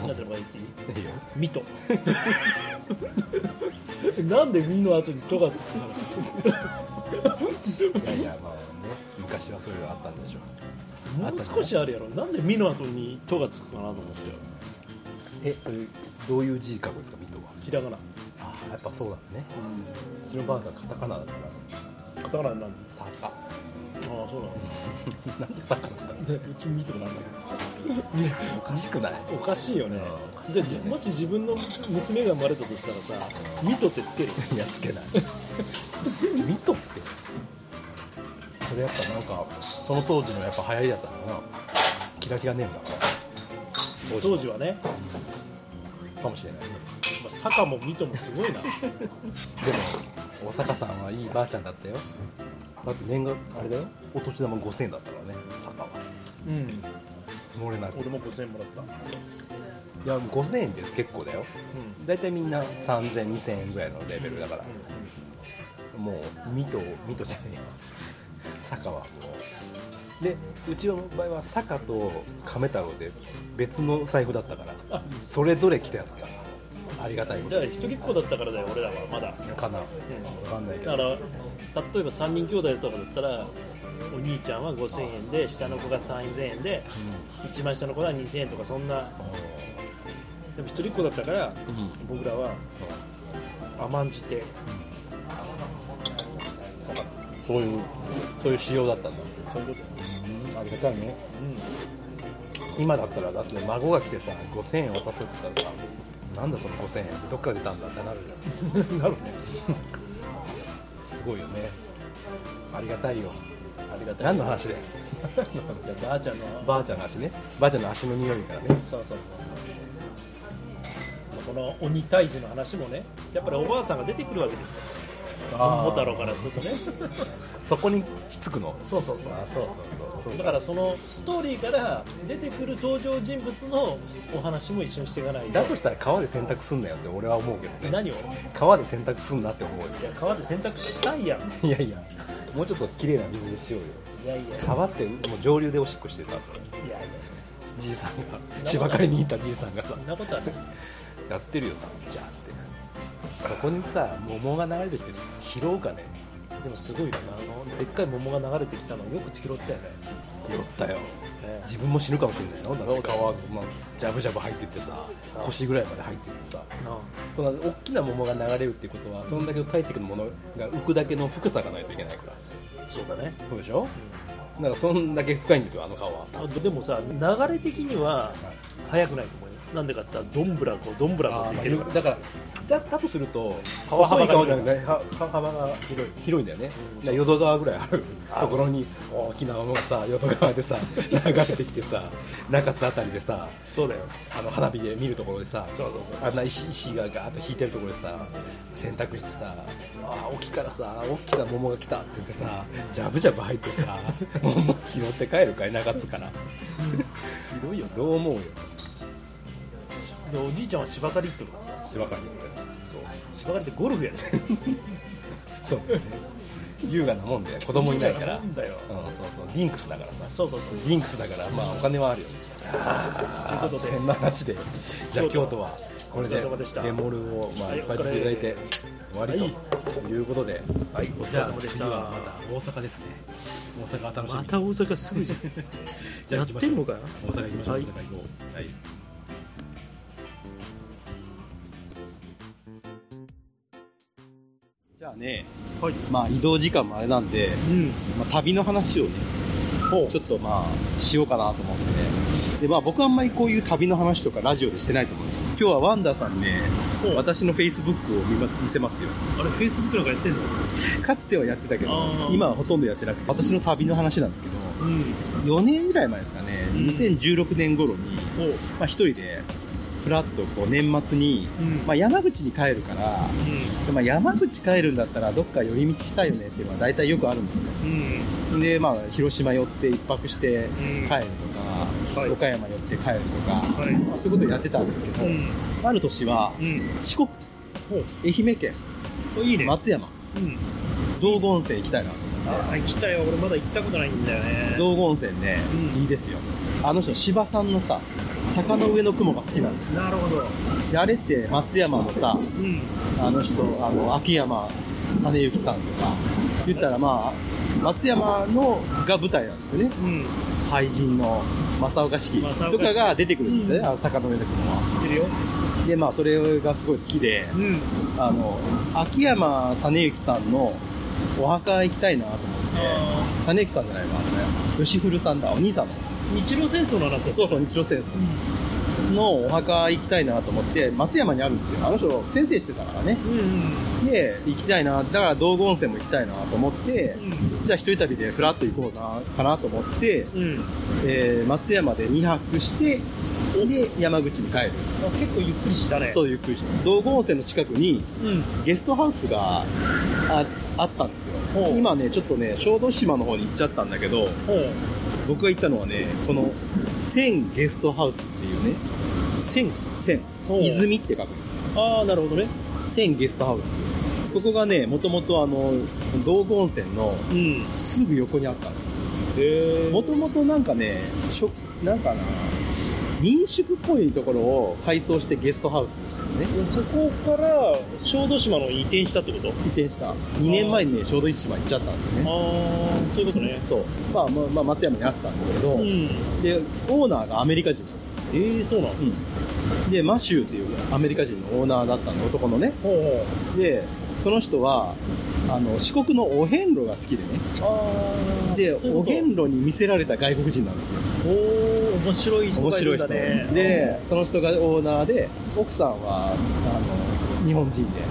D: なんて名前言っていい
A: らいいよ
D: ミト [LAUGHS] なんでミの後にトがつくの
A: いやいやまあね昔はそういうのあったんでしょう
D: もう少しあるやろなんで「み」の後に「と」がつくかなと思ってよ
A: えそれどういう字書くんですかミトは
D: ひらがな
A: ああやっぱそうなんだねうちのばあさんカタカナだから
D: カタカナになるの
A: 坂
D: ああそうなの
A: なんで坂なんだろう
D: でうち「み」とかなんだ
A: おかしくない
D: おかしいよね
A: うんおかしい
D: じゃ
A: よ
D: あ
A: ね
D: じもし自分の娘が生まれたとしたらさ「ミト」ってつける
A: いやつけないミトってそれやっぱなんかその当時のやっぱ流行りだったのかなキラキラネームだから
D: 当時はね、
A: かもしれない
D: まあ、坂もミトもすごいな
A: でも大阪さんはいいばあちゃんだったよだって年があれだよお年玉5000円だったからね坂は
D: うん
A: 漏れなく
D: 俺も5000円もらった
A: いや5000円って結構だよ
D: うん
A: 大体みんな30002000円ぐらいのレベルだから、もうミトミトじゃねえよ坂はもうでうちの場合は坂と亀太郎で別の財布だったから
D: あ
A: それぞれ来てあったありがたいこ
D: だ
A: と
D: から一人っ子だったからだよ俺らはまだ
A: かなわかんないけ
D: だか
A: ど
D: ら例えば3人兄弟とかだったらお兄ちゃんは5000円で下の子が3000円で一番下の子は2000円とかそんなでも一人っ子だったから
A: うんうん
D: 僕らは甘んじて
A: そういうそういう仕様だったんだ
D: そういうこと
A: ありがたいね、うん、今だったらだって孫が来てさ5000円渡すって言ったらさなんだその5000円どっから出たんだってなるじゃんなるねすごいよねありがたいよ
D: ありがたい
A: 何の話だよ
D: ばあちゃんの
A: ばあちゃんの足ねばあちゃんの足の匂いからね
D: そうそうこの鬼退治の話もねやっぱりおばあさんが出てくるわけですよ桃太郎からするとね
A: そこにひっつくの
D: そうそうそう
A: あそうそうそうそう
D: だからそのストーリーから出てくる登場人物のお話も一緒にしていかない
A: だ
D: と
A: としたら川で洗濯すんなよって俺は思うけどね
D: 何をい
A: 川で洗濯すんなって思うよ
D: や川で洗濯したいやん
A: いやいやもうちょっと綺麗な水でしようよ
D: いやいや
A: 川ってもう上流でおしっこしてたから
D: いやいや
A: じいさんが芝刈りに行ったじいさんがさ
D: そんなことはない
A: やってるよなじゃあってそこにさ桃が流れてきて拾うかね
D: でもすごいよなあのでっかい桃が流れてきたのよく拾ったよね
A: 拾ったよ
D: ね
A: 自分も死ぬかもしれないよだって川がまあジャブジャブ入ってってさ腰ぐらいまで入ってってさ
D: な
A: そんな大きな桃が流れるっていうことはそんだけの体積のものが浮くだけの深さがないといけないから
D: あそうだね
A: そうでしょなんかそんだけ深いんですよあの川は
D: あでもさ流れ的には速くないと思うよなんでかってさどんぶらこどんぶらこっ
A: あー
D: て言ってるから
A: だからだだとすると
D: 川幅
A: 細
D: が
A: い川じゃなくては川幅が広い広いんだよね、だから淀川ぐらいあるところに大きなものがさ淀川で [LAUGHS] さ流れてきてさ中津あたりでさ
D: そうだよ
A: あの花火で見るところでさ
D: そうそう
A: あんな石石がガーッと引いてるところでさ洗濯してさあー沖からさ大きな桃が来たって言ってさジャブジャブ入って [LAUGHS] さ桃拾って帰るかい中津からひどいよどう思うよ
D: でおじいちゃんは芝刈り行ってるから
A: 芝刈りってそう
D: 芝刈りってゴルフやね
A: そうだね優雅なもんで子供いないから
D: なんだよ
A: うん、そうそうリンクスだからさ
D: そうそうそう
A: リンクスだからまあお金はあるよ
D: ということで
A: そんな話でじゃあ京都はこれ
D: お疲
A: で
D: れ様でした
A: デモルをま
D: は
A: あ
D: い
A: いっぱいしていただいて終わりと,、
D: はい
A: い、うことで、はい、
D: お疲
A: じ
D: れ
A: ゃあ
D: 様でした
A: 次はまた大阪ですね大阪は楽しみ
D: また大阪すぐ [LAUGHS] じゃん
A: じゃ
D: や
A: あ行
D: っ
A: きま
D: て
A: しょ
D: ん
A: う
D: のかよ
A: 大阪行きましょう、
D: はい
A: 大阪行こうはい
F: じゃあね、
D: はい
F: まあ移動時間もあれなんで、
D: うん
F: まあ、旅の話をね、ちょっとまあ、しようかなと思って。で、まあ僕あんまりこういう旅の話とかラジオでしてないと思うんですよ。今日はワンダーさんにね、私の Facebook を見ます見せますよ。
D: あれフェイスブックなんかやってんの
F: かつてはやってたけ
D: あ
F: ど、
D: ー
F: 今はほとんどやってなくて、私の旅の話なんですけど、
D: うん
F: 4年ぐらい前ですかね、
D: うん
F: 2016年頃に、
D: おう
F: まあ一人で、ふらっとこう年末に、
D: うん
F: まあ山口に帰るから、
D: う
F: でまあ、山口帰るんだったらどっか寄り道したいよねっていうのは大体よくあるんですよ
D: んうん
F: で、まあ、広島寄って一泊して帰るとか、
D: はい
F: 岡山寄って帰るとか、
D: はい
F: まあ、そういうことやってたんですけど、
D: うん
F: ある年は
D: うん
F: 四国
D: おう
F: 愛媛県
D: おいいね
F: 松山
D: うん
F: 道後温泉行きたいな
D: あ来たよ俺まだ行ったことないんだよね
F: 道後温泉ね、
D: うん
F: いいですよあの人芝さんのさ坂の上の雲が好きなんですよ
D: なるほど
F: であれって松山のさ
D: うん
F: あの人あの秋山実之さんとか言ったらまあ松山のが舞台なんですよね
D: うん
F: 俳人の正岡式
D: 正岡子規
F: とかが出てくるんですね、
D: うん
F: あの坂の上の雲は
D: 知ってるよ
F: でまあそれがすごい好きで
D: うん
F: あの秋山実之さんのお墓行きたいなと思っね、実之さんじゃないわ、吉古さんだ、お兄さんの。
D: 日露戦争の話だ
F: そうそう、日露戦争のお墓行きたいなと思って、松山にあるんですよ。あの人、先生してたからね。
D: うんうん
F: で、行きたいな、だから道後温泉も行きたいなと思って、
D: う
F: じゃあ一人旅でふらっと行こうな、かなと思って、
D: んうん
F: えー松山で2泊して、で、山口に帰る。
D: あ結構ゆっくりしたね
F: そういう空道後温泉の近くに
D: うん
F: ゲストハウスがああったんですよ
D: ほう
F: 今ねちょっとね小豆島の方に行っちゃったんだけど
D: ほう
F: 僕が行ったのはねこの千ゲストハウスっていうね
D: 千
F: 千
D: ほう
F: 泉って書くんですよ
D: ああなるほどね
F: 千ゲストハウスここがねもともとあの道後温泉の
D: うんへ
F: すぐ横にあったんです
D: え
F: もともとなんかねしょなんかな民宿っぽいところを改装してゲストハウスにしたのね
D: そこから小豆島の移転したってこと
F: 移転した2年前にね小豆島行っちゃったんですね
D: ああそういうことね
F: そう、まあまあまあ、松山にあったんですけど、
D: うん
F: でオーナーがアメリカ人、
D: ええそうなの
F: でマシューっていうアメリカ人のオーナーだったの男のね
D: ほうほう
F: でその人はあの四国のお遍路が好きでね
D: ああ
F: で
D: そういう
F: お
D: こと
F: 遍路に見せられた外国人なんですよ
D: おお面白い人
F: 面
D: がいる
F: 白
D: ん
F: い人
D: だね
F: でその人がオーナーで奥さんはあの日本人で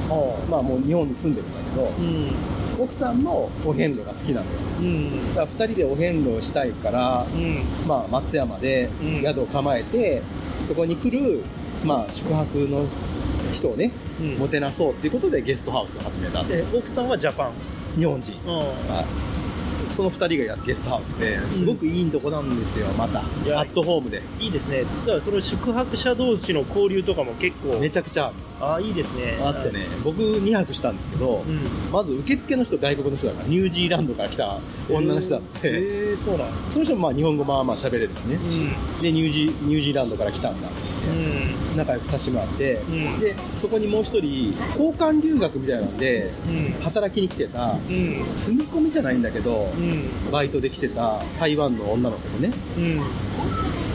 F: まあもう日本に住んでるんだけど
D: うん
F: 奥さんもお遍路が好きなのよ
D: うん
F: だから2人でお遍路をしたいから
D: うん
F: まあ、松山で
D: うん
F: 宿を構えて、そこに来る、まあ、宿泊の人をね、
D: うん
F: もてなそうっていうことでゲストハウスを始めた。
D: え奥さんはジャパン
F: 日本人。
D: う
F: はいその二人がやるゲストハウスで、すごくいいとこなんですよ、また。
D: いや
F: アットホームで。
D: んいいですね実はその宿泊者同士の交流とかも結構
F: めちゃくちゃ
D: ああいいですね
F: あってね、僕2泊したんですけど
D: う、ん
F: まず受付の人外国の人だから、ニュージーランドから来た女の人なの
D: へ
F: で、
D: えそうなん
F: その人もまあ日本語まあまあ喋れるのね
D: う。ん
F: で、ニュージー、ニュージーランドから来たんだって
D: う
F: 言って
D: ん
F: 仲良くさせてもらって、
D: うん
F: でそこにもう一人交換留学みたいなんで
D: うん
F: 働きに来てた
D: うん
F: 住み込みじゃないんだけど
D: うん
F: バイトで来てた台湾の女の子でね
D: うん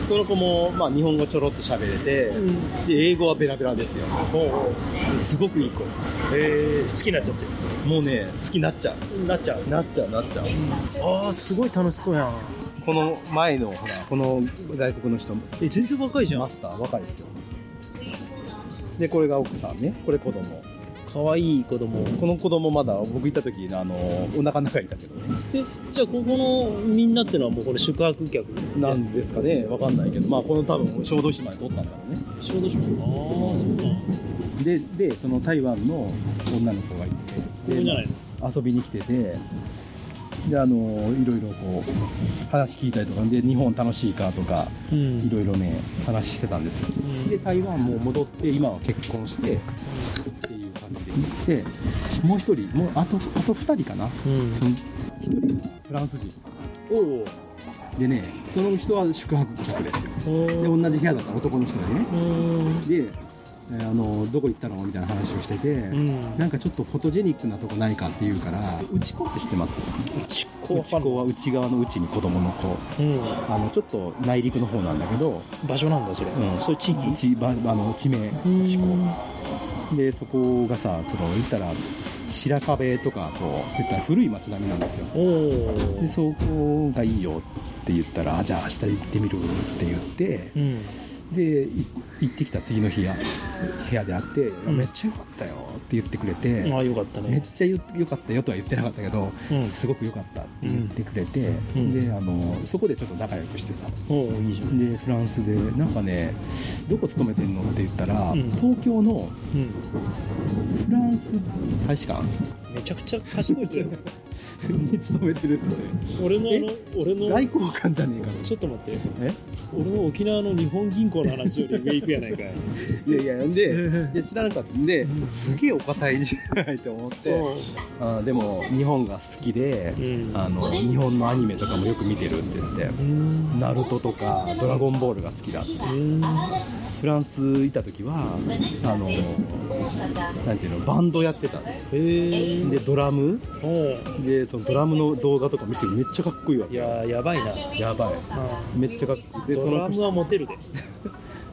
F: その子も、まあ、日本語ちょろっと喋れて、で英語はベラベラですよすごくいい子
D: え好きになっちゃって
F: もうね好きになっちゃ
D: るなっちゃう
F: うなっちゃうなっちゃう
D: ああすごい楽しそうやん
F: この前のほらこの外国の人も
D: え全然若いじゃん
F: マスター若いですよでこれが奥さんねこれ子供
D: 可愛い子供
F: この子供まだ僕行った時あのお腹の中にいたけどね
D: えじゃあここのみんなってのはもうこれ宿泊客
F: なんですかね、わかんないけど、まあ、この多分、小豆島で撮ったんだろうね。
D: 小豆島ああそうか
F: で、で、その台湾の女の子がい
D: ここ
F: て、
D: じゃない
F: で
D: の
F: 遊びに来てて、で、あの、いろいろこう、話聞いたりとか、で、日本楽しいかとか、
D: う
F: い
D: ん
F: ろいろね、話してたんですよ。で、台湾も戻って、今は結婚して、っていう感じで行って、もう一人、もう、あと、あと二人かな。
D: うん
F: その、一人がフランス人。
D: おう
F: でね、その人は宿泊客ですよ。
D: おう
F: で、同じ部屋だった男の人でね。
D: うん
F: で、えーあのどこ行ったのみたいな話をしてて、
D: うん
F: なんかちょっとフォトジェニックなとこないかって言うから内子って知ってます
D: ちっこ
F: 内子は内側の内に子供の子
D: うん
F: あのちょっと内陸の方なんだけど、
D: 場所なんだそれ
F: うん
D: そういう地域
F: ちばあの地名内子でそこがさその言ったら白壁とかと言ったら古い町並みなんですよ
D: おお
F: でそこがいいよって言ったらあじゃあ明日行ってみるって言って
D: うん
F: でい行ってきた次の日や部屋であって、
D: ん
F: めっちゃ良かったよって言ってくれて、
D: ああよかった
F: めっ
D: ね
F: ちゃよ良かったよとは言ってなかったけど、
D: うん
F: すごく良かったって言ってくれて、
D: うん
F: であのそこでちょっと仲良くしてさ
D: おおいいじゃん
F: でフランスでなんかねどこ勤めてんのって言ったら、
D: うん
F: 東京の
D: うん
F: フランス大使館
D: めちゃくちゃ賢い
F: [LAUGHS]
D: 人やん
F: に勤めてるっつって
D: 俺のあの俺の
F: 外交官じゃねえか
D: ちょっと待って
F: え
D: 俺の沖縄の日本銀行の話より上行くやないか
F: [LAUGHS]
D: い
F: いやいやでで知らなかったんですげえお堅いじゃないと思って、あーでも日本が好きで、
D: うん
F: あの日本のアニメとかもよく見てるって言って
D: うん
F: 「ナルトとか「ドラゴンボール」が好きだって
D: うん
F: フランス行った時はあのなんていうのバンドやってたの
D: へえ
F: でドラム
D: おう
F: でそのドラムの動画とか見せてめっちゃかっこいいわ
D: いやーやばいな
F: やばいめっちゃかっこいいでそ
D: ドラ
F: の
D: ムはモテるで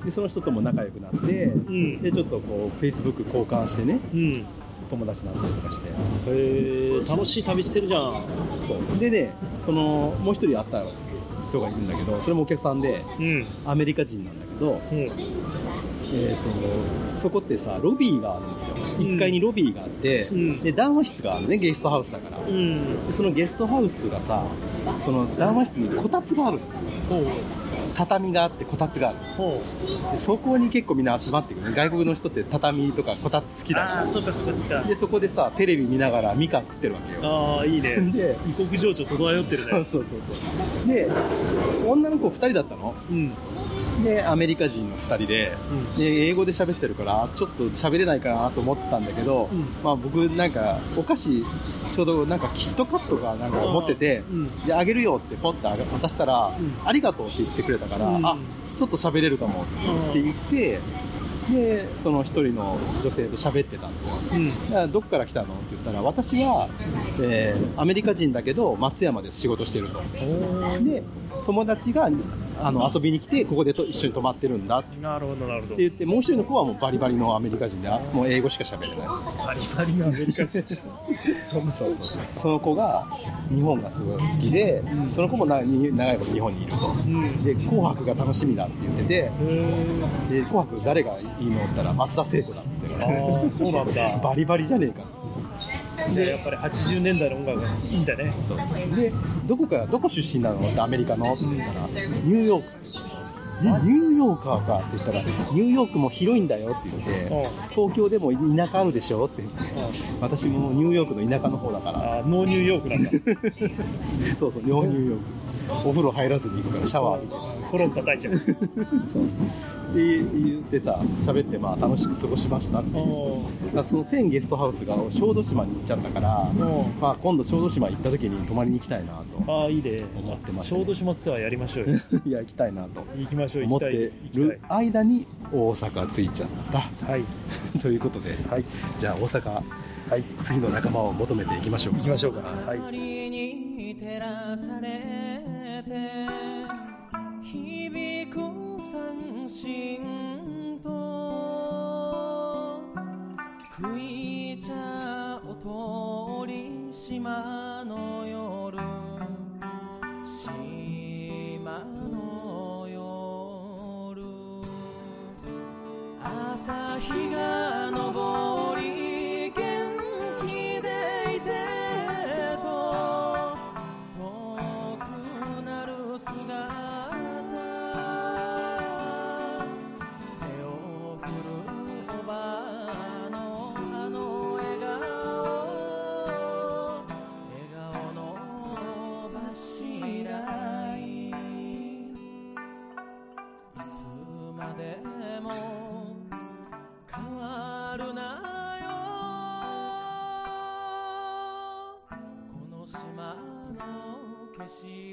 F: でその人とも仲良くなって
D: うん
F: でちょっとこうフェイスブック交換してね
D: うん
F: 友達になったりとかして
D: へえ楽しい旅してるじゃん。
F: そうでねそのもう一人会った人がいるんだけどそれもお客さんで
D: うん。
F: アメリカ人なんだけど、
D: うん。
F: えー、とそこってさロビーがあるんですよ1階にロビーがあって、
D: うん
F: で談話室があるのねゲストハウスだから、
D: うん。
F: でそのゲストハウスがさその談話室にこたつがあるんですよ
D: ほう。
F: 畳があってこたつがある
D: ほ
F: でそこに結構みんな集まってくるね外国の人って畳とかこたつ好き
D: う。
F: だか。
D: ああ、そっかそっかそっから
F: でそこでさテレビ見ながらみかん食ってるわけよ
D: ああ、いいね。
F: で
D: 異国情緒漂ってる
F: そう
D: ね。
F: そうそうそうで女の子2人だったの
D: うん。
F: でアメリカ人の2人で
D: う
F: で英語で喋ってるからちょっと喋れないかなと思ったんだけど、
D: ん。
F: まあ、僕なんかお菓子ちょうどなんかキットカットがなんか持ってて
D: うん。
F: であげるよってポッてあげ渡したら、
D: うん
F: ありがとうって言ってくれたから、
D: うん
F: あちょっと喋れるかもって言ってでその一人の女性と喋ってたんですよ
D: うん。
F: だからどっから来たのって言ったら私は、えーアメリカ人だけど松山で仕事してるとで友達があの遊びに来てここでと一緒に泊まってるんだって
D: なるほど、なるほど。
F: 言ってもう一人の子はもうバリバリのアメリカ人であもう英語しか喋れない
D: バリバリのアメリカ人。そうそうそう。
F: その子が日本がすごい好きで、その子もなに長いこと日本にいると。
D: うん。
F: で、紅白が楽しみだって言ってて、で、紅白誰がいいのって言ったら松田聖子だっつってね。
D: ああ、そうなんだ。
F: [LAUGHS] バリバリじゃねえかっつって。
D: でや
F: で
D: っぱり80年代の音楽がいいんだね。そうそう。
F: で、どこから、どこ出身なのってアメリカのって言ったら、ニューヨークって言って。えニューヨーカーかって言ったら、ニューヨークも広いんだよって言って、東京でも田舎あるでしょって言って、私もニューヨークの田舎の方だから、
D: ああ、ノーニューヨークなんだ。
F: そうそう、尿入浴。お風呂入らずに行くからシャワー浴
D: コロン叩い [LAUGHS] ちゃう。
F: びて。そう。で、言ってさ、喋ってまあ楽しく過ごしましたって。だからその1000ゲストハウスが小豆島に行っちゃったから、まあ今度小豆島行った時に泊まりに行きたいなと。
D: ああ、いいね。
F: 思ってますね
D: 小豆島ツアーやりましょう
F: [LAUGHS]
D: よ。
F: いや、行きたいなと
D: 行きましょう、
F: 思
D: 行
F: っ
D: きたい。
F: て
D: 行き
F: る間に大阪着いちゃった [LAUGHS]
D: い。はい。
F: た。ということで、はい。じゃあ大阪、はい。次の仲間を求めていきましょう。行きましょうか。はい。
G: 光に照らされて響く三振と食い茶お通り島の夜島の夜朝日が昇り元気でいてと遠くなる姿手を振るおばあのあの笑顔笑顔の柱にいつまでも変わるなよこの島の景色